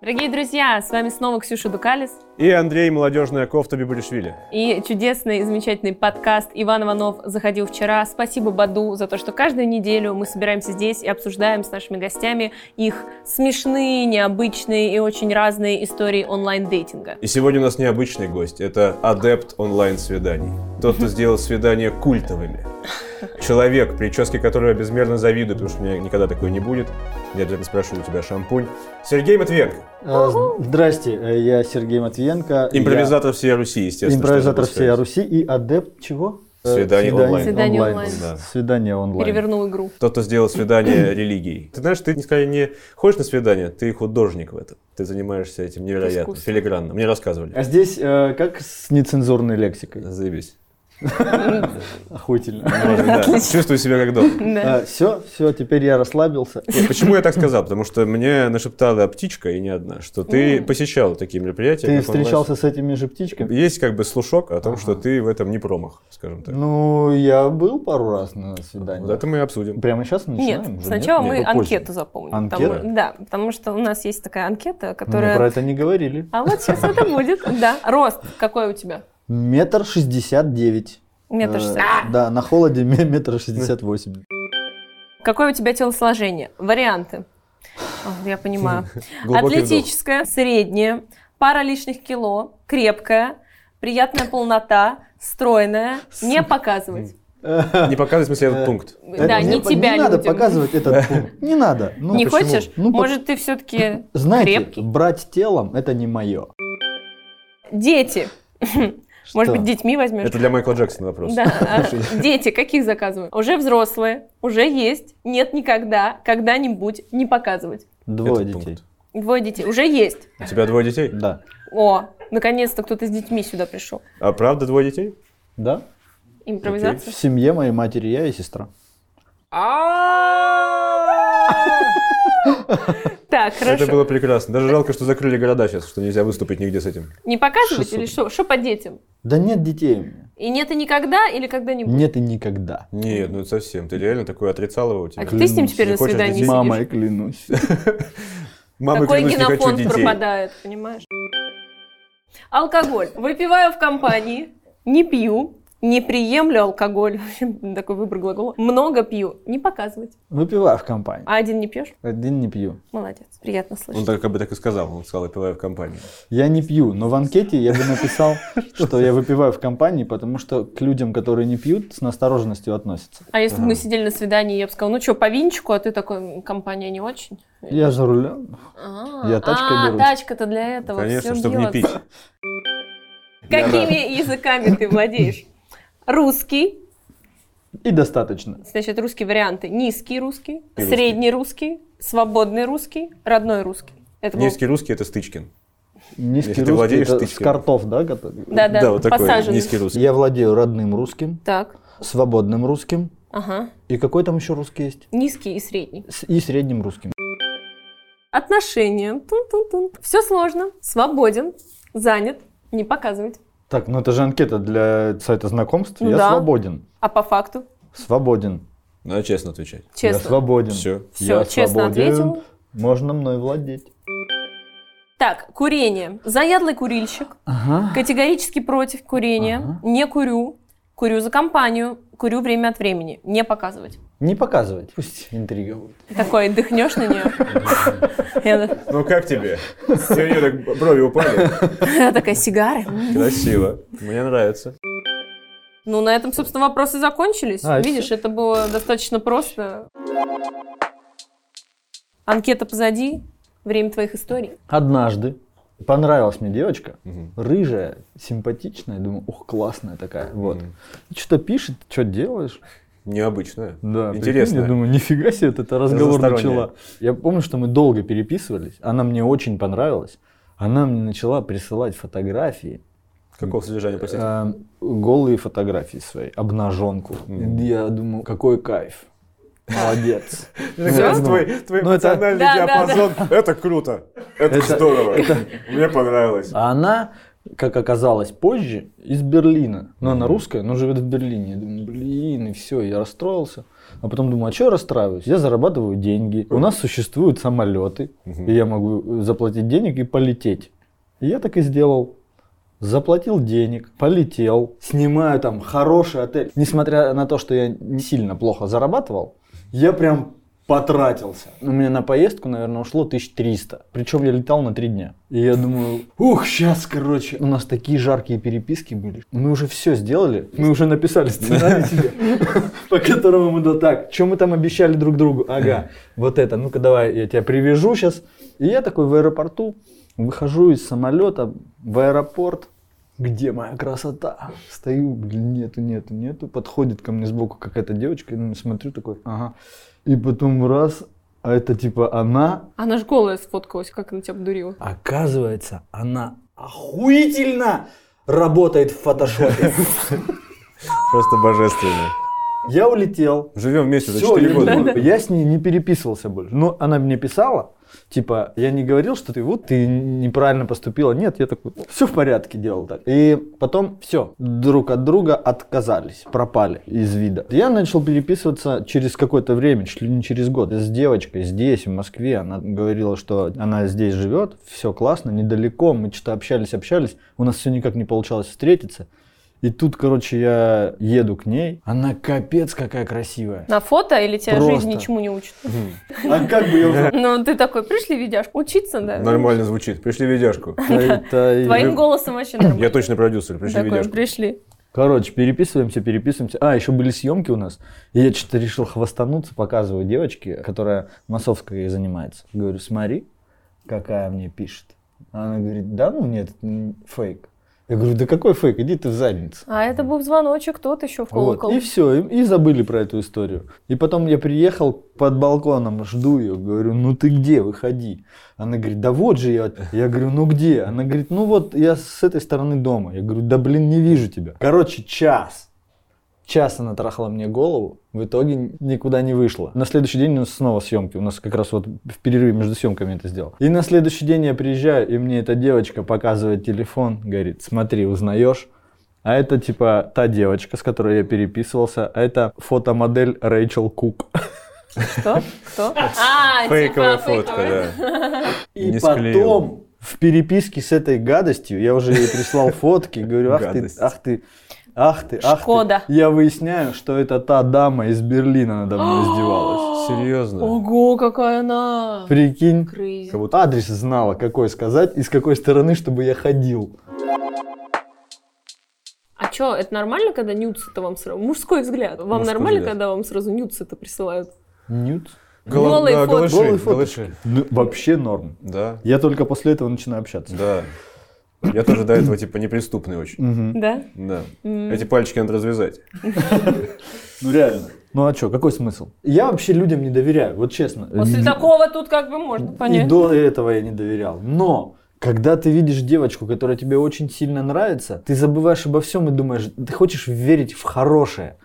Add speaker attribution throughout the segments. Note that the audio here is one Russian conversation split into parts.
Speaker 1: Дорогие друзья, с вами снова Ксюша Дукалис
Speaker 2: И Андрей, молодежная кофта Бибулишвили.
Speaker 1: и чудесный, замечательный подкаст «Иван Иванов заходил вчера». Спасибо Баду за то, что каждую неделю мы собираемся здесь и обсуждаем с нашими гостями их смешные, необычные и очень разные истории онлайн-дейтинга.
Speaker 2: И сегодня у нас необычный гость. Это адепт онлайн-свиданий. Тот, кто сделал свидания культовыми. Человек, прически которого я безмерно завидую, потому что у меня никогда такой не будет. Я обязательно спрошу у тебя шампунь. Сергей Матвиенко,
Speaker 3: Э, Здрасте, э, я Сергей Матвиенко.
Speaker 2: импровизатор всей Руси,
Speaker 3: Я
Speaker 2: естественно.
Speaker 3: импровизатор
Speaker 2: что я
Speaker 3: всей
Speaker 2: запускаю.
Speaker 3: Руси и адепт чего? Э,
Speaker 2: Свиданий онлайн.
Speaker 1: Свиданий онлайн.
Speaker 2: Да.
Speaker 3: Свидание онлайн.
Speaker 1: Перевернул игру.
Speaker 2: Тот, кто сделал свидание религией. Ты знаешь, ты не скорее не ходишь на свидание, ты художник в этом. Ты занимаешься этим невероятно,
Speaker 1: Искусство.
Speaker 2: филигранно. Мне рассказывали.
Speaker 3: А здесь э, как с нецензурной лексикой?
Speaker 2: Заебись.
Speaker 3: Охуительно.
Speaker 2: Может, да.
Speaker 1: Отлично.
Speaker 2: Чувствую себя как дома.
Speaker 3: А,
Speaker 1: Да.
Speaker 3: Все, все, теперь я расслабился.
Speaker 2: Нет, почему я так сказал? Потому что мне нашептала птичка, и не одна, что ты посещал такие мероприятия.
Speaker 3: Ты
Speaker 2: как онлайн.
Speaker 3: встречался с этими же птичками?
Speaker 2: Есть как бы слушок о том, что ты в этом не промах, скажем так.
Speaker 3: Ну, я был пару раз на свидании.
Speaker 2: Вот это мы и обсудим.
Speaker 3: Прямо сейчас
Speaker 1: Нет,
Speaker 3: начинаем? уже, ну,
Speaker 1: сначала
Speaker 2: нет?
Speaker 1: мы
Speaker 2: Нет, попозже.
Speaker 1: анкету заполним.
Speaker 3: Анкета?
Speaker 1: Потому- да, потому что у нас есть такая анкета,
Speaker 3: Ну, Мы про
Speaker 1: которая...
Speaker 3: это не говорили.
Speaker 1: А вот сейчас это будет, да. Рост какой у тебя?
Speaker 3: Метр шестьдесят девять.
Speaker 1: Метр
Speaker 3: Э,
Speaker 1: шестьдесят.
Speaker 3: Да, на холоде ме- метр шестьдесят восемь.
Speaker 1: Какое у тебя телосложение? Варианты. О, Я понимаю.
Speaker 2: Глубокий
Speaker 1: Атлетическое, среднее, пара лишних кило, крепкое, приятная полнота, стройная, не показывать.
Speaker 2: вдох. Не показывай, в смысле, этот пункт.
Speaker 1: Да,
Speaker 3: Это
Speaker 1: не тебя
Speaker 3: Не надо
Speaker 1: людям.
Speaker 3: показывать этот пункт. Не надо. Ну,
Speaker 1: Не
Speaker 3: почему?
Speaker 1: хочешь?
Speaker 3: Ну, по-
Speaker 1: Может, ты все-таки
Speaker 3: Знаете,
Speaker 1: крепкий?
Speaker 3: брать телом это не мое.
Speaker 1: Дети. Может быть, детьми возьмешь?
Speaker 2: Это для Майкла Джексона вопрос.
Speaker 1: Да. а, Дети, каких заказывают? Уже взрослые, уже есть, нет никогда, когда-нибудь не показывать.
Speaker 3: Двое
Speaker 2: Этот
Speaker 3: детей.
Speaker 1: Двое детей, уже есть.
Speaker 2: У тебя двое детей?
Speaker 3: Да.
Speaker 1: О, наконец-то кто-то с детьми сюда пришел.
Speaker 2: А правда двое детей?
Speaker 3: Да?
Speaker 1: Импровизация.
Speaker 3: В семье моей матери я и сестра.
Speaker 1: Так, хорошо.
Speaker 2: Это было прекрасно. Даже жалко, что закрыли города сейчас, что нельзя выступить нигде с этим.
Speaker 1: Не показывать
Speaker 3: 600.
Speaker 1: или что? Что по детям?
Speaker 3: Да нет детей у меня.
Speaker 1: И нет и никогда, или когда-нибудь?
Speaker 3: Нет и никогда.
Speaker 2: Нет, ну это совсем. Ты реально такое отрицал его у
Speaker 1: А
Speaker 2: тебя.
Speaker 1: ты с ним
Speaker 3: клянусь,
Speaker 1: теперь
Speaker 2: не
Speaker 1: на
Speaker 2: хочешь
Speaker 1: свидании
Speaker 2: детей?
Speaker 3: Мама, я
Speaker 1: сидишь?
Speaker 3: клянусь.
Speaker 2: Мамы,
Speaker 1: Какой
Speaker 2: клянусь, не хочу
Speaker 1: генофонд
Speaker 2: детей.
Speaker 1: пропадает, понимаешь? Алкоголь. Выпиваю в компании, не пью, не приемлю алкоголь. В общем, Такой выбор глагола. Много пью, не показывать.
Speaker 3: Выпиваю в компании.
Speaker 1: А один не пьешь?
Speaker 3: Один не пью.
Speaker 1: Молодец, приятно
Speaker 2: Он
Speaker 1: слышать.
Speaker 2: так как бы так и сказал. Он сказал, я пиваю в компании.
Speaker 3: Я не пью, но в анкете я бы написал, что я выпиваю в компании, потому что к людям, которые не пьют, с настороженностью относятся.
Speaker 1: А если бы мы сидели на свидании, я бы сказала, ну что, по винчику, а ты такой, «М, компания не очень.
Speaker 3: Я за рулем.
Speaker 1: А,
Speaker 3: Я тачкой
Speaker 1: а,
Speaker 3: берусь.
Speaker 1: тачка-то для этого.
Speaker 2: Конечно,
Speaker 1: всё
Speaker 2: чтобы не
Speaker 1: делается.
Speaker 2: пить.
Speaker 1: Какими языками ты владеешь? Русский,
Speaker 3: И достаточно.
Speaker 1: значит, русские варианты. Низкий русский,
Speaker 2: И русский.
Speaker 1: средний русский, свободный русский, родной русский. Это был-
Speaker 2: Низкий русский – это Стычкин.
Speaker 3: Низкий
Speaker 2: Если ты
Speaker 3: русский
Speaker 2: владеешь
Speaker 3: это с
Speaker 2: тычкой.
Speaker 3: картов, да, который?
Speaker 1: Да, да,
Speaker 2: вот такой
Speaker 1: посаженный.
Speaker 2: низкий русский.
Speaker 3: Я владею родным русским,
Speaker 1: Так,
Speaker 3: свободным русским.
Speaker 1: ага.
Speaker 3: И какой там еще русский есть?
Speaker 1: Низкий и средний.
Speaker 3: С- И средним русским.
Speaker 1: Отношения. Все сложно. Свободен, занят, не показывать.
Speaker 3: Так, ну это же анкета для сайта знакомств.
Speaker 1: Ну
Speaker 3: я
Speaker 1: да.
Speaker 3: свободен.
Speaker 1: А по факту,
Speaker 3: Свободен.
Speaker 2: Надо честно отвечать.
Speaker 3: Я
Speaker 1: честно.
Speaker 3: свободен.
Speaker 2: Все.
Speaker 1: Все,
Speaker 3: Я
Speaker 1: честно
Speaker 3: свободен.
Speaker 1: ответил.
Speaker 3: Можно мной владеть.
Speaker 1: Так, курение. Заядлый курильщик.
Speaker 3: Ага.
Speaker 1: Категорически против курения.
Speaker 3: Ага.
Speaker 1: Не курю. Курю за компанию. Курю время от времени. Не показывать.
Speaker 3: Не показывать. Пусть интрига будет.
Speaker 1: Такой, дыхнешь на нее. Я так-
Speaker 2: Ну как тебе? У нее так брови упали.
Speaker 1: я такая, сигары? М.
Speaker 2: Красиво. Мне нравится.
Speaker 1: Ну, на этом, собственно, вопросы закончились.
Speaker 3: А, и
Speaker 1: Видишь, это было достаточно просто. Анкета позади. Время твоих историй.
Speaker 3: Однажды понравилась мне девочка.
Speaker 2: Мгм.
Speaker 3: Рыжая, симпатичная. Думаю, ух, классная такая. Вот.
Speaker 2: Мгм.
Speaker 3: Что-то пишет, что делаешь.
Speaker 2: Необычное.
Speaker 3: Да,
Speaker 2: Интересно.
Speaker 3: прикинь, я думаю, нифига себе, вот это разговор
Speaker 2: Разносторонняя.
Speaker 3: начала. Я помню, что мы долго переписывались, она мне очень понравилась. Она мне начала присылать фотографии,
Speaker 2: Какого содержания, простите?
Speaker 3: э, голые фотографии свои, обнаженку.
Speaker 2: Мгм.
Speaker 3: Я думаю, какой кайф. Молодец.
Speaker 2: Сейчас
Speaker 3: ну,
Speaker 2: твой твой
Speaker 3: ну, это-
Speaker 2: эмоциональный
Speaker 1: Да, да,
Speaker 2: диапазон. Это круто. Это
Speaker 3: Это-
Speaker 2: здорово. Мне понравилось.
Speaker 3: А она как оказалось позже, из Берлина. Но она
Speaker 2: Мгм.
Speaker 3: русская, но живет в Берлине. Я думаю, блин, и все, я расстроился. А потом думаю, а что я расстраиваюсь? Я зарабатываю деньги. У нас существуют самолеты,
Speaker 2: Мгм.
Speaker 3: и я могу заплатить денег и полететь. И я так и сделал. Заплатил денег, полетел, снимаю там хороший отель. Несмотря на то, что я не сильно плохо зарабатывал, я прям потратился. У меня на поездку, наверное, ушло 1300. Причем я летал на три дня. И я думаю, ух, сейчас, короче. У нас такие жаркие переписки были. Мы уже все сделали. Мы уже написали сценарий тебе, по которому мы да так. Что мы там обещали друг другу? Ага, вот это. Ну-ка давай, я тебя привяжу сейчас. И я такой в аэропорту выхожу из самолета в аэропорт. Где моя красота? Стою, блин, нету, нету, нету. Подходит ко мне сбоку какая-то девочка, я на неё смотрю такой, ага. И потом раз, а это типа она.
Speaker 1: Она же голая сфоткалась, как она тебя обдурила.
Speaker 3: Оказывается, она охуительно работает в фотошопе.
Speaker 2: Просто божественно.
Speaker 3: Я улетел.
Speaker 2: Живем вместе за
Speaker 3: Всё,
Speaker 2: 4
Speaker 3: я
Speaker 2: года.
Speaker 3: не- Я с ней не переписывался больше. Но она мне писала, типа, я не говорил, что ты вот ты неправильно поступила. Нет, я такой, все в порядке делал так. И потом все, друг от друга отказались, пропали из вида. Я начал переписываться через какое-то время, чуть ли не через год, с девочкой здесь, в Москве. Она говорила, что она здесь живет, все классно, недалеко. Мы что-то общались, общались. У нас все никак не получалось встретиться. И тут, короче, я еду к ней. Она капец какая красивая.
Speaker 1: На фото или тебя
Speaker 3: Просто.
Speaker 1: жизнь ничему не учит?
Speaker 3: А как бы я
Speaker 1: Ну, ты такой, пришли видяшку, учиться, да?
Speaker 2: Нормально звучит. Пришли видяшку.
Speaker 1: Твоим голосом вообще нормально.
Speaker 2: Я точно продюсер. Пришли
Speaker 1: Такой,
Speaker 2: видяшку.
Speaker 1: пришли.
Speaker 3: Короче, переписываемся, переписываемся. А, еще были съемки у нас. И я что-то решил хвастануться, показываю девочке, которая массовской занимается. Говорю, смотри, какая мне пишет. Она говорит, да ну нет, это н- фейк. Я говорю, да какой фейк, иди ты в задницу.
Speaker 1: А это был звоночек, тот еще в
Speaker 3: Вот,
Speaker 1: колокол.
Speaker 3: и все, и, и забыли про эту историю. И потом я приехал под балконом, жду ее, говорю, ну ты где, выходи. Она говорит, да вот же я. Я говорю, ну где? Она говорит, ну вот я с этой стороны дома. Я говорю, да блин, не вижу тебя. Короче, час. Час она трахала мне голову, в итоге никуда не вышла. На следующий день у нас снова съемки. У нас как раз вот в перерыве между съемками это сделал. И на следующий день я приезжаю, и мне эта девочка показывает телефон, говорит, смотри, узнаешь. А это типа та девочка, с которой я переписывался, а это фотомодель Рэйчел Кук.
Speaker 1: Кто? Кто? А,
Speaker 2: Фейковая
Speaker 1: типа,
Speaker 2: фотка,
Speaker 1: фейковая.
Speaker 2: да.
Speaker 3: И
Speaker 2: Не
Speaker 3: потом
Speaker 2: склеил.
Speaker 3: в переписке с этой гадостью я уже ей прислал фотки, говорю, ах ты,
Speaker 2: Гадость.
Speaker 3: ах ты, ах ты, ах ты.
Speaker 1: Шкода.
Speaker 3: Я выясняю, что это та дама из Берлина надо мной издевалась.
Speaker 2: Серьезно.
Speaker 1: Ого, какая она!
Speaker 3: Прикинь,
Speaker 1: Крызи.
Speaker 2: Как будто-
Speaker 3: адрес знала, какой сказать и с какой стороны, чтобы я ходил.
Speaker 1: А чё, это нормально, когда нюцы-то вам сразу? Мужской взгляд. Вам
Speaker 2: Мужской
Speaker 1: нормально,
Speaker 2: взгляд.
Speaker 1: когда вам сразу нюцы-то присылают?
Speaker 3: Нют?
Speaker 2: Голо-
Speaker 1: Голые
Speaker 2: да,
Speaker 1: фотки.
Speaker 2: голыши,
Speaker 3: Голые фотки.
Speaker 2: голыши.
Speaker 3: Ну, вообще норм.
Speaker 2: Да,
Speaker 3: Я только после этого начинаю общаться.
Speaker 2: да. Я тоже до этого, типа, неприступный очень.
Speaker 3: Мгм.
Speaker 1: Да?
Speaker 2: Да.
Speaker 1: М.
Speaker 2: Эти пальчики надо развязать.
Speaker 3: Ну реально. Ну а что, какой смысл? Я вообще людям не доверяю, вот честно.
Speaker 1: После
Speaker 3: Н-
Speaker 1: такого тут как бы можно
Speaker 3: И
Speaker 1: понять.
Speaker 3: до этого я не доверял. Но когда ты видишь девочку, которая тебе очень сильно нравится, ты забываешь обо всем и думаешь, ты хочешь верить в хорошее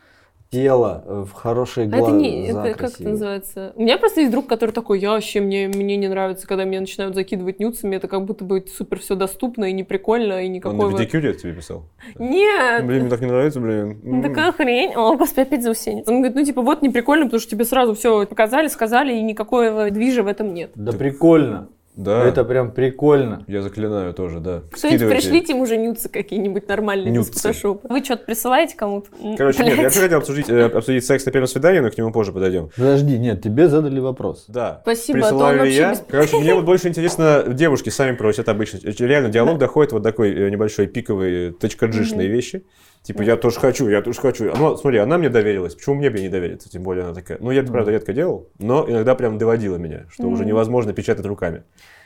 Speaker 3: тело, э, в хорошие
Speaker 1: А
Speaker 3: глаза.
Speaker 1: это не, это как это
Speaker 3: красивые.
Speaker 1: называется? У меня просто есть друг, который такой, я вообще, мне, мне не нравится, когда меня начинают закидывать нюцами, это как будто бы супер все доступно и неприкольно, и
Speaker 2: Он
Speaker 1: никакого...
Speaker 2: на педикюре тебе писал?
Speaker 1: Нет!
Speaker 2: Ну, Блин, мне так не нравится, блин.
Speaker 1: Ну,
Speaker 2: М.
Speaker 1: Такая хрень. О, господи, опять заусенец. Он говорит, ну, типа, вот неприкольно, потому что тебе сразу все показали, сказали, и никакого движа в этом нет.
Speaker 3: Да прикольно.
Speaker 2: Да.
Speaker 3: Это прям прикольно.
Speaker 2: Я заклинаю тоже, да.
Speaker 1: Кто-нибудь
Speaker 2: Скидывайте.
Speaker 1: пришлите ему уже нюцы какие-нибудь нормальные без
Speaker 2: Нюцы.
Speaker 1: фотошопа. Вы что-то присылаете кому-то?
Speaker 2: Короче, нет, я
Speaker 1: Блядь.
Speaker 2: вообще хотел обсудить, э, обсудить секс на первом свидании, но к нему позже подойдем.
Speaker 3: Подожди, нет, тебе задали вопрос.
Speaker 2: Да.
Speaker 1: Спасибо, а то
Speaker 2: Присылаю
Speaker 1: он
Speaker 2: ли
Speaker 1: вообще
Speaker 2: я.
Speaker 1: без-
Speaker 2: Короче, мне вот больше интересно, девушки сами просят обычно. Э, Реально, диалог доходит вот такой э, небольшой пиковый, э, точкаджишные вещи. Типа, я тоже хочу, я тоже хочу. Ну, смотри, она мне доверилась. Почему мне бы не довериться? Тем более она такая. Ну, я это, правда, редко делал, но иногда прям доводила меня, что уже невозможно печатать руками.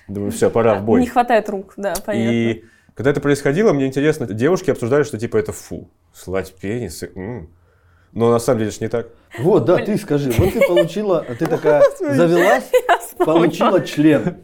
Speaker 2: Думаю, все, пора в бой.
Speaker 1: Не хватает рук, да, понятно.
Speaker 2: И когда это происходило, мне интересно, девушки обсуждали, что типа это фу, слать пенисы, м. Но на самом деле же не так.
Speaker 3: Вот, да, ты скажи. Вот ты получила, а ты такая завелась,
Speaker 1: Я вспомнила.
Speaker 3: получила член.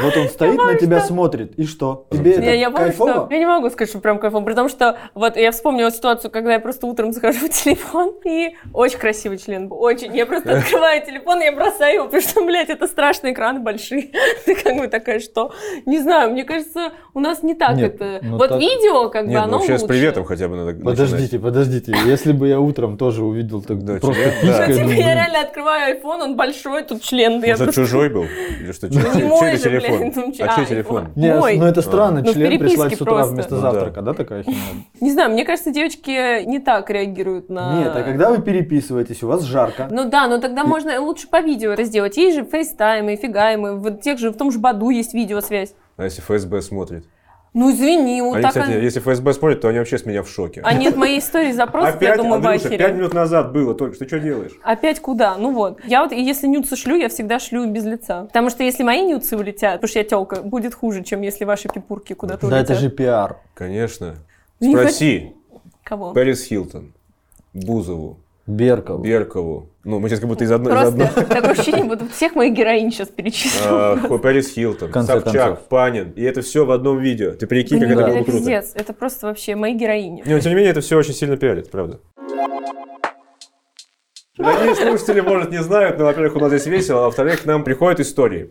Speaker 3: Вот он стоит на тебя, смотрит, и что? Тебе
Speaker 1: Я,
Speaker 2: Я-
Speaker 1: я
Speaker 3: это
Speaker 1: помню, что...
Speaker 3: кайфово?
Speaker 1: Я не могу сказать, что прям кайфово, потому что вот я вспомнила ситуацию, когда я просто утром захожу в телефон, и очень красивый член был, очень. Я просто
Speaker 3: Э.
Speaker 1: открываю телефон, я бросаю его, потому что, блядь, это страшные экраны большие. Ты как бы такая, что? Не знаю, мне кажется, у нас не так
Speaker 3: Нет,
Speaker 1: это.
Speaker 3: ну
Speaker 1: Вот
Speaker 3: так-
Speaker 1: видео, как бы,
Speaker 2: Нет,
Speaker 1: оно
Speaker 2: ну вообще с
Speaker 1: лучше.
Speaker 2: приветом хотя бы надо начинать.
Speaker 3: Подождите, подождите. Если бы я утром тоже увидел, так
Speaker 2: Да,
Speaker 3: просто
Speaker 2: тебе- да.
Speaker 1: Ну,
Speaker 3: писька.
Speaker 2: Как
Speaker 1: типа,
Speaker 3: ну,
Speaker 1: я
Speaker 3: блин.
Speaker 1: реально открываю iPhone, он большой, тут член. Ну, Я
Speaker 2: Может, это
Speaker 1: просто-
Speaker 2: чужой был? Или что? Чей
Speaker 1: Ну, не мой
Speaker 2: чей
Speaker 1: же, блядь,
Speaker 2: телефон?
Speaker 1: ну, чей-
Speaker 2: А чей
Speaker 1: а,
Speaker 2: телефон?
Speaker 1: iPhone.
Speaker 3: Не,
Speaker 1: Ой.
Speaker 3: ну это странно,
Speaker 1: Ну, в
Speaker 3: член прислать с
Speaker 1: переписке
Speaker 3: утра
Speaker 1: просто.
Speaker 3: вместо
Speaker 2: Ну да.
Speaker 3: завтрака, да, такая херня?
Speaker 1: Не знаю, мне кажется, девочки не так реагируют на...
Speaker 3: Нет, а когда вы переписываетесь, у вас жарко.
Speaker 1: Ну да, но тогда
Speaker 3: И-
Speaker 1: можно лучше по видео это сделать. Есть же фейстаймы, фигаймы, в тех же, в том же Баду есть видеосвязь.
Speaker 2: А если ФСБ смотрит?
Speaker 1: Ну извини, вот
Speaker 2: Они,
Speaker 1: так...
Speaker 2: А кстати, если ФСБ смотрит, то они вообще с меня в шоке.
Speaker 1: Они от моей истории запросят, я
Speaker 2: Опять,
Speaker 1: думаю,
Speaker 2: Андрюша,
Speaker 1: в ахере.
Speaker 2: пять минут назад было только что. Ты что делаешь?
Speaker 1: Опять куда? Ну вот. Я вот, и если нюцы шлю, я всегда шлю без лица. Потому что если мои нюцы улетят, потому что я телка, будет хуже, чем если ваши пипурки куда-то
Speaker 3: Да
Speaker 1: улетят.
Speaker 3: это же пиар.
Speaker 2: Конечно.
Speaker 1: Не
Speaker 2: Спроси
Speaker 1: Кого?
Speaker 2: Пэрис Хилтон, Бузову,
Speaker 3: Берков.
Speaker 2: Беркову. Ну, мы сейчас как будто из одной... из одной.
Speaker 1: Просто такое ощущение, будто всех моих героинь сейчас перечислю.
Speaker 2: А, Хо- Пэрис Хилтон,
Speaker 3: В конце
Speaker 2: Собчак,
Speaker 3: концов.
Speaker 2: Панин. И это все в одном видео. Ты прикинь, как
Speaker 1: Блин,
Speaker 2: это
Speaker 1: это
Speaker 2: было бы круто.
Speaker 1: пиздец. Это просто вообще мои героини.
Speaker 2: Не, но тем не менее, это все очень сильно пиарит, правда. Дорогие слушатели, может, не знают, но, во-первых, у нас здесь весело, а во-вторых, к нам приходят истории.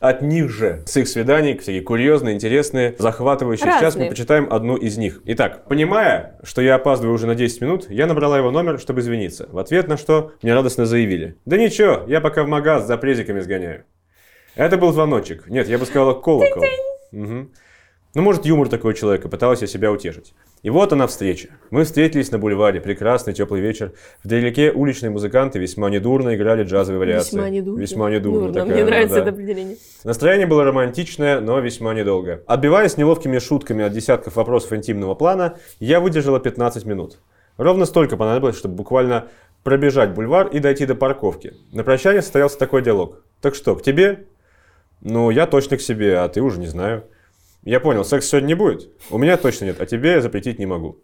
Speaker 2: От них же, с их свиданий, всякие курьезные, интересные, захватывающие. Сейчас мы
Speaker 1: Разные.
Speaker 2: почитаем одну из них. Итак, понимая, что я опаздываю уже на 10 минут, я набрала его номер, чтобы извиниться. В ответ на что мне радостно заявили. Да ничего, я пока в магаз за презиками сгоняю. Это был звоночек. Нет, я бы сказала колокол. Мгм. Ну, может, юмор такого человека, пыталась я себя утешить. И вот она встреча. Мы встретились на бульваре, прекрасный теплый вечер. Вдалеке уличные музыканты весьма недурно играли джазовые вариации.
Speaker 1: Весьма недурно.
Speaker 2: Весьма недурно.
Speaker 1: Дурно.
Speaker 2: такая
Speaker 1: Мне
Speaker 2: она,
Speaker 1: нравится
Speaker 2: да.
Speaker 1: это определение.
Speaker 2: Настроение было романтичное, но весьма недолго. Отбиваясь неловкими шутками от десятков вопросов интимного плана, я выдержала 15 минут. Ровно столько понадобилось, чтобы буквально пробежать бульвар и дойти до парковки. На прощание состоялся такой диалог. «Так что, к тебе?» «Ну, я точно к себе, а ты уже не знаю». «Я понял, секс сегодня не будет?» «У меня точно нет, а тебе я запретить не могу».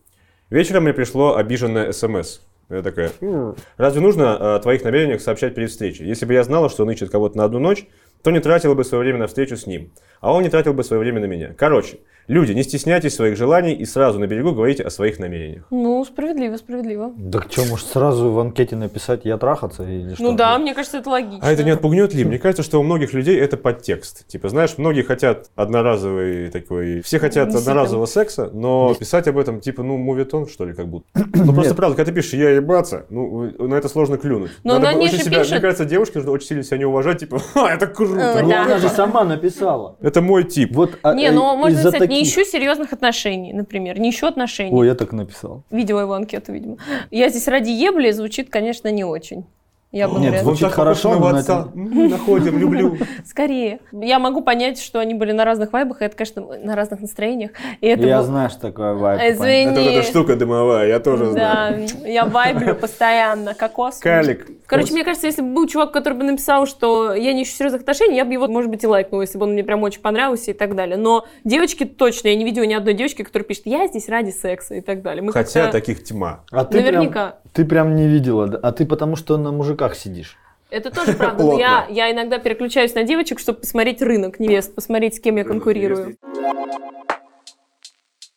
Speaker 2: Вечером мне пришло обиженное СМС. Я такая, «М, разве нужно о твоих намерениях сообщать перед встречей? Если бы я знала, что он ищет кого-то на одну ночь, то не тратила бы свое время на встречу с ним, а он не тратил бы свое время на меня. Короче, люди, не стесняйтесь своих желаний и сразу на берегу говорите о своих намерениях.
Speaker 1: Ну, справедливо, справедливо.
Speaker 3: Да к чему может сразу в анкете написать «я трахаться» или что?
Speaker 1: Ну да, мне кажется, это логично.
Speaker 2: А это не отпугнет ли? Мне кажется, что у многих людей это подтекст. Типа, знаешь, многие хотят одноразовый такой... Все хотят
Speaker 1: Действительно.
Speaker 2: одноразового секса, но писать об этом, типа, ну, мувитон, что ли, как будто. Ну, просто
Speaker 3: Нет.
Speaker 2: правда, когда ты пишешь «я ебаться», ну, на это сложно клюнуть.
Speaker 1: Но
Speaker 2: Надо
Speaker 1: она
Speaker 2: очень
Speaker 1: ниже
Speaker 2: себя- Мне
Speaker 1: пишет.
Speaker 2: кажется, девушке нужно очень сильно себя не уважать, типа, «Ха, это круто!
Speaker 1: Ну,
Speaker 3: Ну,
Speaker 1: да.
Speaker 3: она же сама написала.
Speaker 2: Это мой тип.
Speaker 3: Вот, а,
Speaker 1: Не,
Speaker 3: э,
Speaker 1: ну можно
Speaker 3: из-за
Speaker 1: написать, не
Speaker 3: таких-
Speaker 1: ищу серьезных отношений, например, не ищу отношений.
Speaker 3: Ой, я так написал.
Speaker 1: Видела его анкету, видимо. Я здесь ради ебли звучит, конечно, не очень. Я бы
Speaker 3: Нет,
Speaker 1: вряд ли.
Speaker 3: звучит хорошо,
Speaker 2: похож на
Speaker 3: но на
Speaker 2: отца. М, Находим, люблю.
Speaker 1: Скорее. Я могу понять, что они были на разных вайбах, и это, конечно, на разных настроениях. И это
Speaker 3: я
Speaker 1: был-
Speaker 3: знаю, что такое вайп.
Speaker 1: Извини.
Speaker 3: понятно.
Speaker 2: Это вот эта штука дымовая, я тоже знаю.
Speaker 1: Да, я вайблю постоянно, кокос.
Speaker 2: Калик.
Speaker 1: Короче, мне кажется, если бы был чувак, который бы написал, что я не ищу серьезных отношений, я бы его, может быть, и лайкнула, если бы он мне прям очень понравился и так далее. Но девочки точно, я не видела ни одной девочки, которая пишет, я здесь ради секса и так далее. Мы
Speaker 2: Хотя
Speaker 1: как-то-
Speaker 2: таких тьма.
Speaker 3: А ты
Speaker 1: Наверняка.
Speaker 3: Прям, ты прям не видела, да? а ты потому что на мужиках сидишь.
Speaker 1: Это тоже правда. но я,
Speaker 2: Плотно.
Speaker 1: я иногда переключаюсь на девочек, чтобы посмотреть рынок невест, посмотреть, с кем я конкурирую.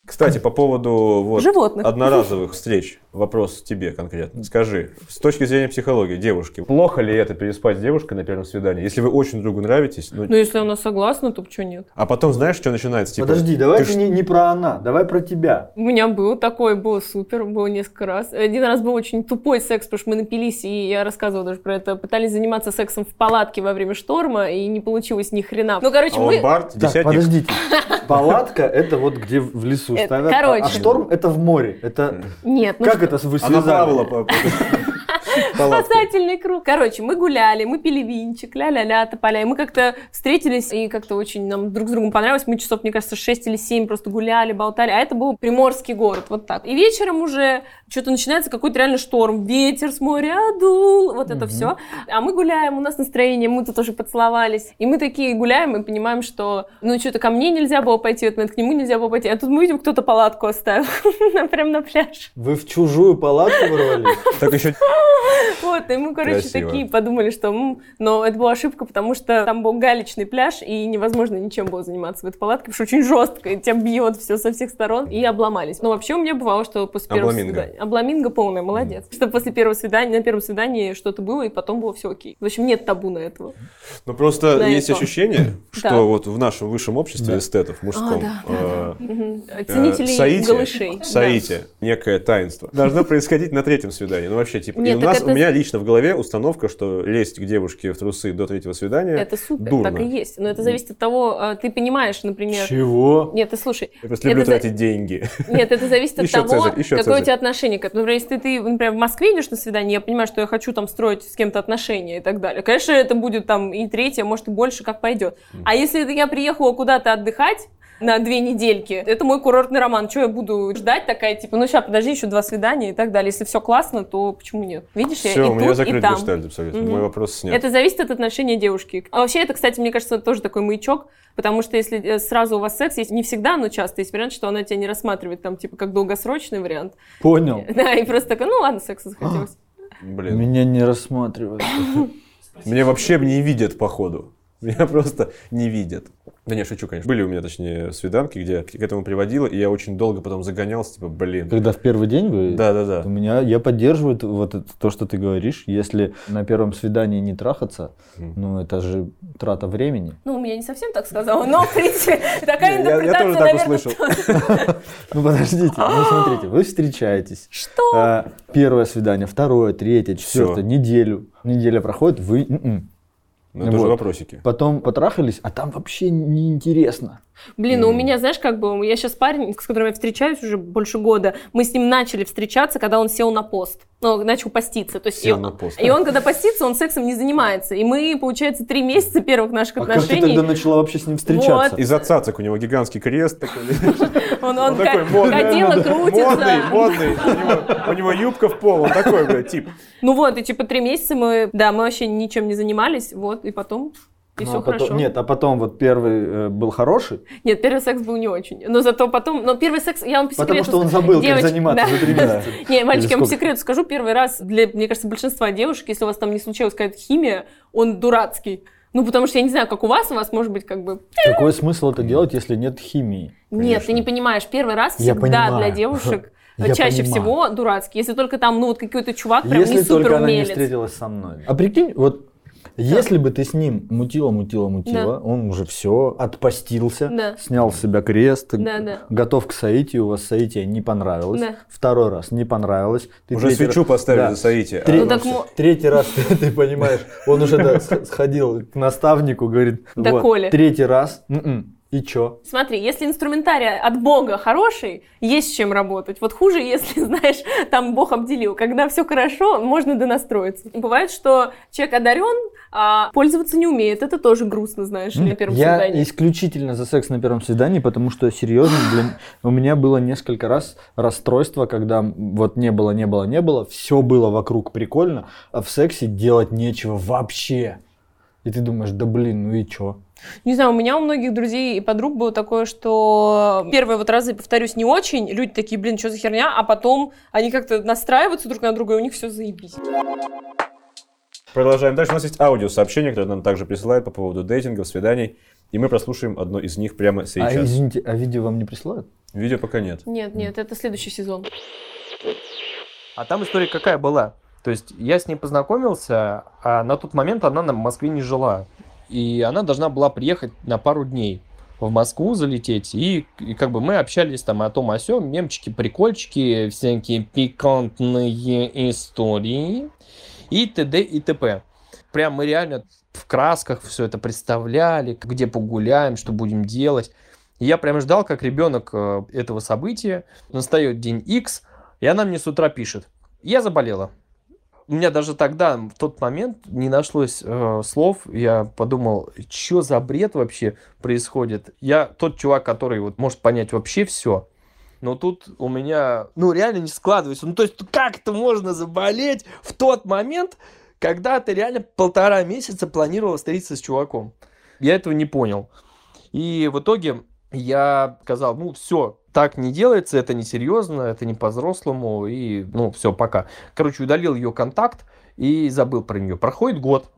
Speaker 2: Кстати, по поводу вот,
Speaker 1: Животных.
Speaker 2: одноразовых встреч, вопрос тебе конкретно. Скажи, с точки зрения психологии девушки, плохо ли это переспать с девушкой на первом свидании, если вы очень другу нравитесь? ну,
Speaker 1: Ну, если она согласна, то почему нет?
Speaker 2: А потом знаешь, что начинается? Типа,
Speaker 3: Подожди, давай
Speaker 2: ты
Speaker 3: ты
Speaker 2: ж-
Speaker 3: не, не про она, давай про тебя.
Speaker 1: У меня был такой, был супер, был несколько раз. Один раз был очень тупой секс, потому что мы напились, и я рассказывала даже про это. Пытались заниматься сексом в палатке во время шторма, и не получилось ни хрена. Ну, короче,
Speaker 2: А
Speaker 1: мы...
Speaker 2: он Барт,
Speaker 3: Так,
Speaker 2: десятник.
Speaker 3: подождите. Палатка это вот где в лесу
Speaker 1: Э,
Speaker 3: ставят. а-
Speaker 1: короче.
Speaker 3: А шторм это в море. Это
Speaker 1: Нет, ну
Speaker 3: как
Speaker 1: что-
Speaker 3: это вы
Speaker 2: Она плавала
Speaker 3: связали?
Speaker 2: по по- палатке.
Speaker 1: Спасательный круг. Короче, мы гуляли, мы пили винчик, ля-ля-ля, тополя. И мы как-то встретились, и как-то очень нам друг с другом понравилось. Мы часов, мне кажется, 6 или 7 просто гуляли, болтали. А это был Приморский город, вот так. И вечером уже что-то начинается какой-то реально шторм. Ветер с моря дул, вот это
Speaker 3: Мгм.
Speaker 1: все. А мы гуляем, у нас настроение, мы тут уже поцеловались. И мы такие гуляем и понимаем, что ну что-то ко мне нельзя было пойти, вот, наверное, к нему нельзя было пойти. А тут мы видим, кто-то палатку оставил прям на пляж.
Speaker 3: Вы в чужую палатку ворвались?
Speaker 2: Так еще
Speaker 1: Вот, и мы, короче,
Speaker 2: Красиво.
Speaker 1: такие подумали, что... м, Но это была ошибка, потому что там был галечный пляж, и невозможно ничем было заниматься в этой палатке, потому что очень жестко, и тебя бьет все со всех сторон, и обломались. Но вообще у меня бывало, что после первого
Speaker 2: Обламинго.
Speaker 1: свидания... Обламинго полная, молодец. Что после первого свидания, на первом свидании что-то было, и потом было все окей. В общем, нет табу на этого.
Speaker 2: Ну просто
Speaker 1: Да,
Speaker 2: есть
Speaker 1: и то.
Speaker 2: ощущение,
Speaker 1: Да. А,
Speaker 2: что вот в нашем высшем обществе
Speaker 3: Да.
Speaker 2: эстетов, мужском,
Speaker 1: да,
Speaker 2: э,
Speaker 1: Мгм.
Speaker 2: э,
Speaker 1: Ценителей
Speaker 2: соитие-
Speaker 1: голышей. Да.
Speaker 2: соитие, некое таинство, должно происходить на третьем свидании. Ну вообще, типа, и
Speaker 1: Нет,
Speaker 2: у
Speaker 1: так
Speaker 2: нас,
Speaker 1: это-
Speaker 2: у меня лично в голове установка, что лезть к девушке в трусы до третьего свидания,
Speaker 1: Это супер,
Speaker 2: Дурно.
Speaker 1: так и есть. Но это зависит от того, э, ты понимаешь, например...
Speaker 3: Чего?
Speaker 1: Нет, ты слушай,
Speaker 2: я просто люблю
Speaker 1: это за-
Speaker 2: тратить деньги.
Speaker 1: Нет, это зависит от
Speaker 2: Ещё
Speaker 1: того,
Speaker 2: Цезарь, ещё
Speaker 1: какое у
Speaker 2: Цезарь.
Speaker 1: тебя отношение к этому. Например, если ты, например, в Москве идешь на свидание, я понимаю, что я хочу там строить с кем-то отношения и так далее. Конечно, это будет там и третье, может, и больше, как пойдет. А если это я приехала куда-то отдыхать, на две недельки. Это мой курортный роман. Чего я буду ждать такая, типа, ну сейчас, подожди, еще два свидания и так далее. Если все классно, то почему нет? Видишь, я
Speaker 2: Все,
Speaker 1: и
Speaker 2: у меня
Speaker 1: тут, и
Speaker 2: закрыт
Speaker 1: там.
Speaker 2: гештальт абсолютно,
Speaker 1: Мгм.
Speaker 2: мой вопрос снят.
Speaker 1: Это зависит от отношения девушки. А вообще, это, кстати, мне кажется, тоже такой маячок, потому что если э, сразу у вас секс есть, не всегда, но часто есть вариант, что она тебя не рассматривает там, типа, как долгосрочный вариант.
Speaker 3: Понял.
Speaker 1: Да, и просто такая, ну ладно, секса захотелось.
Speaker 2: А. Блин.
Speaker 3: Меня не рассматривают.
Speaker 2: Меня вообще не видят, походу. Меня просто не видят. Да не, шучу, конечно. Были у меня, точнее, свиданки, где к этому приводило, и я очень долго потом загонялся, типа, блин.
Speaker 3: Когда в первый день вы... У
Speaker 2: Да-да-да.
Speaker 3: меня, я поддерживаю т- вот это, то, что ты говоришь. Если на первом свидании не трахаться,
Speaker 2: Мгм.
Speaker 3: ну это же трата времени.
Speaker 1: Ну, я не совсем так сказала, но, в принципе, такая
Speaker 2: Не, я- я
Speaker 1: интерпретация,
Speaker 2: тоже так
Speaker 1: наверное,
Speaker 2: услышал.
Speaker 1: тоже.
Speaker 3: Ну подождите, ну смотрите, вы встречаетесь.
Speaker 1: Что?
Speaker 3: А, Первое свидание, второе, третье, четвертое,
Speaker 2: Всё. неделю.
Speaker 3: неделю. Неделя проходит, вы... м-м.
Speaker 2: Но Ну, это уже
Speaker 3: Вот.
Speaker 2: вопросики.
Speaker 3: Потом потрахались, а там вообще неинтересно.
Speaker 1: Блин, ну у меня, знаешь, как бы, я сейчас парень, с которым я встречаюсь уже больше года, мы с ним начали встречаться, когда он сел на пост, ну, начал поститься. То есть
Speaker 2: Сел
Speaker 1: и-
Speaker 2: на пост.
Speaker 1: И он, когда постится, он сексом не занимается. И мы, получается, три месяца первых наших
Speaker 3: А как ты
Speaker 1: отношений...
Speaker 3: тогда начала вообще с ним встречаться?
Speaker 2: Из отцацок у него гигантский крест такой.
Speaker 1: Он,
Speaker 2: Он
Speaker 1: он,
Speaker 2: такой
Speaker 1: ко-
Speaker 2: модный.
Speaker 1: кадила крутится.
Speaker 2: Модный, модный. У него- У него юбка в пол, он такой, блядь, тип.
Speaker 1: Ну вот, и типа три месяца мы, да, мы вообще ничем не занимались, вот, и потом... И
Speaker 3: Ну, а
Speaker 1: все
Speaker 3: потом-
Speaker 1: хорошо.
Speaker 3: Нет, а потом вот первый э, был хороший,
Speaker 1: Нет, первый секс был не очень. Но зато потом... Но первый секс, я вам по
Speaker 3: потому
Speaker 1: секрету
Speaker 3: что он
Speaker 1: скажу.
Speaker 3: забыл,
Speaker 1: Девоч-
Speaker 3: как заниматься
Speaker 1: да.
Speaker 3: за три месяца.
Speaker 1: Не, мальчики, я вам по
Speaker 3: сколько?
Speaker 1: секрету скажу, первый раз для, мне кажется, большинства девушек, если у вас там не случилась какая-то химия, он дурацкий. Ну, потому что я не знаю, как у вас, у вас может быть как бы...
Speaker 3: Какой смысл это делать, если нет химии?
Speaker 1: Нет, ты не понимаешь, первый раз
Speaker 3: Я
Speaker 1: всегда
Speaker 3: понимаю.
Speaker 1: для девушек
Speaker 3: Я
Speaker 1: чаще
Speaker 3: понимаю.
Speaker 1: всего дурацкий. Если только там, ну, вот какой-то чувак прям
Speaker 3: если
Speaker 1: не супер
Speaker 3: только она не
Speaker 1: умелец.
Speaker 3: встретилась со мной. А прикинь, вот если бы ты с ним мутила, мутила, мутила,
Speaker 1: Да.
Speaker 3: он уже все отпостился,
Speaker 1: Да.
Speaker 3: снял с себя крест,
Speaker 1: Да, да.
Speaker 3: готов к соитию, у вас соитие не понравилось,
Speaker 1: Да.
Speaker 3: второй раз не понравилось. ты
Speaker 2: Уже
Speaker 3: третий
Speaker 2: свечу
Speaker 3: раз-
Speaker 2: поставили
Speaker 3: Да.
Speaker 2: за соитие.
Speaker 3: Тре-
Speaker 1: Ну, так мо-
Speaker 3: Третий раз, ты, ты понимаешь, он уже да, с- сходил к наставнику, говорит,
Speaker 1: Да,
Speaker 3: вот,
Speaker 1: Коля.
Speaker 3: третий раз, «М-м, и чё?
Speaker 1: Смотри, если инструментарий от Бога хороший, есть с чем работать. Вот хуже, если, знаешь, там Бог обделил. Когда все хорошо, можно донастроиться. Бывает, что человек одарен, а пользоваться не умеет. Это тоже грустно, знаешь, на первом
Speaker 3: я
Speaker 1: свидании.
Speaker 3: исключительно за секс на первом свидании, потому что серьезно, для- у меня было несколько раз расстройство, когда вот не было, не было, не было, все было вокруг прикольно, а в сексе делать нечего вообще. И ты думаешь, да блин, ну и чё?
Speaker 1: Не знаю, у меня у многих друзей и подруг было такое, что первые вот разы, повторюсь, не очень. Люди такие, блин, что за херня? А потом они как-то настраиваются друг на друга, и у них все заебись.
Speaker 2: Продолжаем дальше. У нас есть аудиосообщение, которое нам также присылают по поводу дейтингов, свиданий. И мы прослушаем одно из них прямо
Speaker 3: А
Speaker 2: сейчас.
Speaker 3: извините, а видео вам не присылают?
Speaker 2: Видео пока нет.
Speaker 1: Нет, нет, это следующий сезон.
Speaker 4: А там история какая была? То есть я с ней познакомился, а на тот момент она на- в Москве не жила. И она должна была приехать на пару дней в Москву залететь. И, и как бы мы общались там о том, о сём, мемчики, прикольчики, всякие пикантные истории и т.д. и т.п. Прям мы реально в красках все это представляли, где погуляем, что будем делать. И я прям ждал, как ребенок э, этого события. Настает день X, и она мне с утра пишет. Я заболела. У меня даже тогда, в тот момент, не нашлось э, слов. Я подумал, что за бред вообще происходит? Я тот чувак, который вот может понять вообще все. Но тут у меня, ну, реально не складывается. Ну, то есть, как это можно заболеть в тот момент, когда ты реально полтора месяца планировал встретиться с чуваком? Я этого не понял. И в итоге я сказал, ну все, так не делается, это несерьезно, это не по-взрослому, и ну все, пока. Короче, удалил ее контакт, и забыл про нее. Проходит год,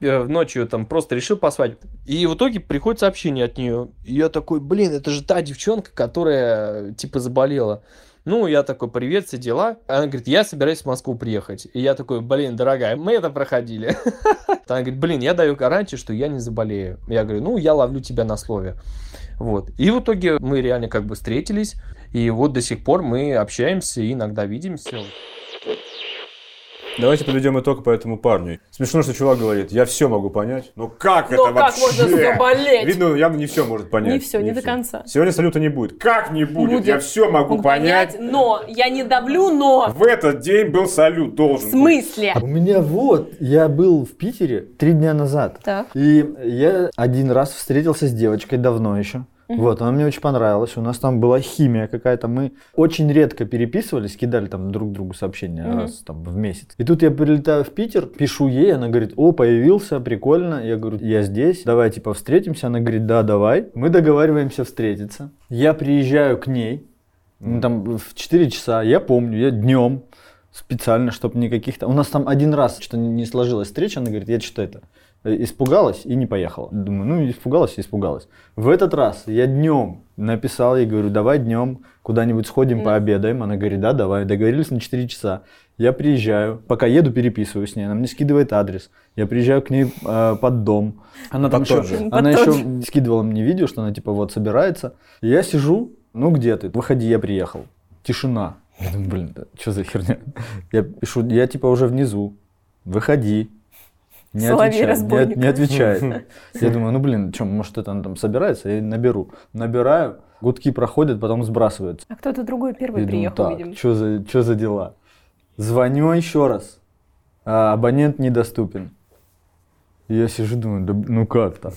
Speaker 4: э, ночью там просто решил послать. И в итоге приходит сообщение от нее. И я такой, блин, это же та девчонка, которая типа заболела. Ну, я такой, привет, все дела. Она говорит, я собираюсь в Москву приехать. И я такой, блин, дорогая, мы это проходили. Она говорит, блин, я даю гарантию, что я не заболею. Я говорю, ну, я ловлю тебя на слове. Вот. И в итоге мы реально как бы встретились. И вот до сих пор мы общаемся и иногда видимся.
Speaker 2: Давайте подведем итог по этому парню. Смешно, что чувак говорит, я все могу понять. Ну как
Speaker 1: Ну
Speaker 2: это
Speaker 1: как
Speaker 2: вообще?
Speaker 1: можно заболеть?
Speaker 2: Видно, он явно не все может понять.
Speaker 1: Не всё, не до
Speaker 2: всё.
Speaker 1: конца.
Speaker 2: Сегодня салюта не будет. Как не будет?
Speaker 1: Будет.
Speaker 2: Я все могу
Speaker 1: Мог
Speaker 2: понять.
Speaker 1: но я не давлю, но
Speaker 2: В этот день был салют
Speaker 1: в
Speaker 2: должен. быть.
Speaker 1: смысле?
Speaker 3: У меня вот, я был в Питере три дня назад.
Speaker 1: Так.
Speaker 3: И я один раз встретился с девочкой давно еще. Вот, она мне очень понравилась. У нас там была химия какая-то. Мы очень редко переписывались, кидали там друг другу сообщения
Speaker 1: Мгм.
Speaker 3: раз там в месяц. И тут я прилетаю в Питер, пишу ей, она говорит, о, появился, прикольно. Я говорю, я здесь, давай типа встретимся. Она говорит, да, давай. Мы договариваемся встретиться. Я приезжаю к ней, ну, там в 4 часа, я помню, я днем специально, чтобы никаких там... У нас там один раз что не сложилась встреча, она говорит, я что это, э, испугалась и не поехала. Думаю, ну испугалась и испугалась. В этот раз я днем написал ей, говорю, давай днем куда-нибудь сходим,
Speaker 1: Мгм.
Speaker 3: пообедаем. Она говорит, да, давай, договорились на 4 часа. Я приезжаю, пока еду, переписываюсь с ней, она мне скидывает адрес. Я приезжаю к ней э, под дом. Она там
Speaker 2: Под тот
Speaker 3: еще-
Speaker 2: же.
Speaker 1: Под
Speaker 3: она
Speaker 1: тот
Speaker 3: еще скидывала мне видео, что она типа вот собирается. И я сижу, ну где ты? Выходи, я приехал. Тишина. Я думаю, блин, что за херня? Я пишу, я типа уже внизу. Выходи. Не,
Speaker 1: Соловей
Speaker 3: отвечает, не от-
Speaker 1: разбойник.
Speaker 3: не, отвечает. Я думаю, ну блин, что, может это она там собирается? Я наберу. Набираю, гудки проходят, потом сбрасываются.
Speaker 1: А кто-то другой первый
Speaker 3: Я думаю,
Speaker 1: приехал, видимо.
Speaker 3: так, что за, чё за дела? Звоню еще раз. А, абонент недоступен. И Я сижу, думаю, да б- ну как так?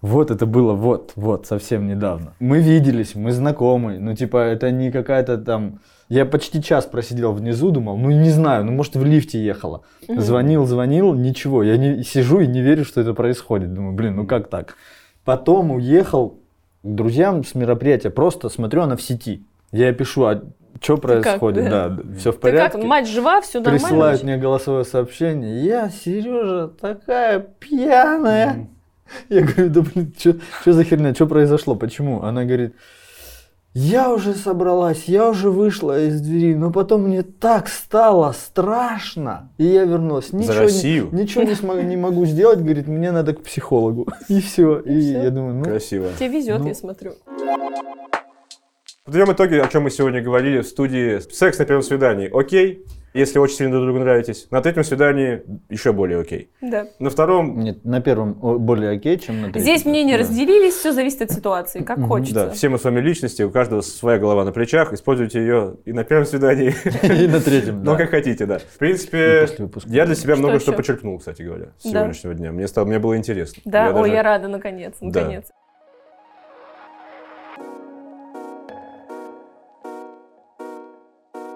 Speaker 3: Вот это было вот, вот, совсем недавно. Мы виделись, мы знакомы. Ну, типа, это не какая-то там... Я почти час просидел внизу, думал, ну, не знаю, ну, может, в лифте ехала.
Speaker 1: Мгм.
Speaker 3: Звонил, звонил, ничего. Я не, сижу и не верю, что это происходит. Думаю, блин, ну как так? Потом уехал к друзьям с мероприятия. Просто смотрю, она в сети. Я пишу, а что
Speaker 1: как?
Speaker 3: происходит? Да, все в
Speaker 1: Ты как,
Speaker 3: порядке.
Speaker 1: мать жива, все нормально?
Speaker 3: Присылают
Speaker 1: вообще?
Speaker 3: мне голосовое сообщение. Я, Сережа, такая пьяная. Я говорю, да блин, что за херня, что произошло, почему? Она говорит, я уже собралась, я уже вышла из двери, но потом мне так стало страшно, и я вернулась. Ничего, не-
Speaker 2: Россию?
Speaker 3: Ничего не, смог- не могу сделать, говорит, мне надо к психологу. И все. И
Speaker 1: всё.
Speaker 3: я думаю, ну,
Speaker 2: Красиво.
Speaker 1: Тебе везет,
Speaker 3: Ну.
Speaker 1: я смотрю.
Speaker 2: Подведем итоги, о чем мы сегодня говорили в студии. Секс на первом свидании окей, если очень сильно друг другу нравитесь. На третьем свидании еще более окей.
Speaker 1: Да.
Speaker 2: На втором,
Speaker 3: Нет, на первом о- более окей, чем на третьем.
Speaker 1: Здесь мнения
Speaker 3: Да.
Speaker 1: разделились, все зависит от ситуации, как
Speaker 3: Мгм,
Speaker 1: хочется.
Speaker 2: да, все мы с вами личности, у каждого своя голова на плечах. Используйте ее и на первом свидании,
Speaker 3: И на третьем,
Speaker 2: но
Speaker 3: да.
Speaker 2: Ну, как хотите, да. В
Speaker 3: И
Speaker 2: принципе,
Speaker 3: после выпуска.
Speaker 2: я для
Speaker 1: Ну,
Speaker 2: себя
Speaker 1: Что
Speaker 2: много что
Speaker 1: еще?
Speaker 2: почерпнул, кстати говоря, с
Speaker 1: Да.
Speaker 2: сегодняшнего дня. Мне стало, мне было интересно.
Speaker 1: Да, ой,
Speaker 2: даже-
Speaker 1: я рада, наконец,
Speaker 2: Да.
Speaker 1: наконец.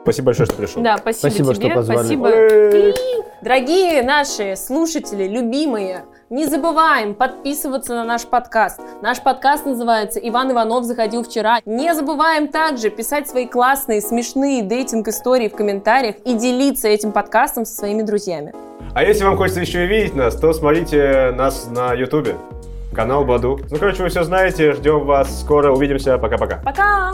Speaker 2: Спасибо большое, что пришел.
Speaker 1: Да, спасибо,
Speaker 3: Спасибо,
Speaker 1: тебе,
Speaker 3: что позвали.
Speaker 1: спасибо.
Speaker 2: Ура!
Speaker 1: Дорогие наши слушатели, любимые, не забываем подписываться на наш подкаст. Наш подкаст называется «Иван Иванов заходил вчера». Не забываем также писать свои классные, смешные дейтинг-истории в комментариях и делиться этим подкастом со своими друзьями.
Speaker 2: А если вам хочется еще и видеть нас, то смотрите нас на Ютубе. Канал Баду. Ну, короче, вы все знаете. Ждем вас скоро. Увидимся. Пока-пока.
Speaker 1: Пока!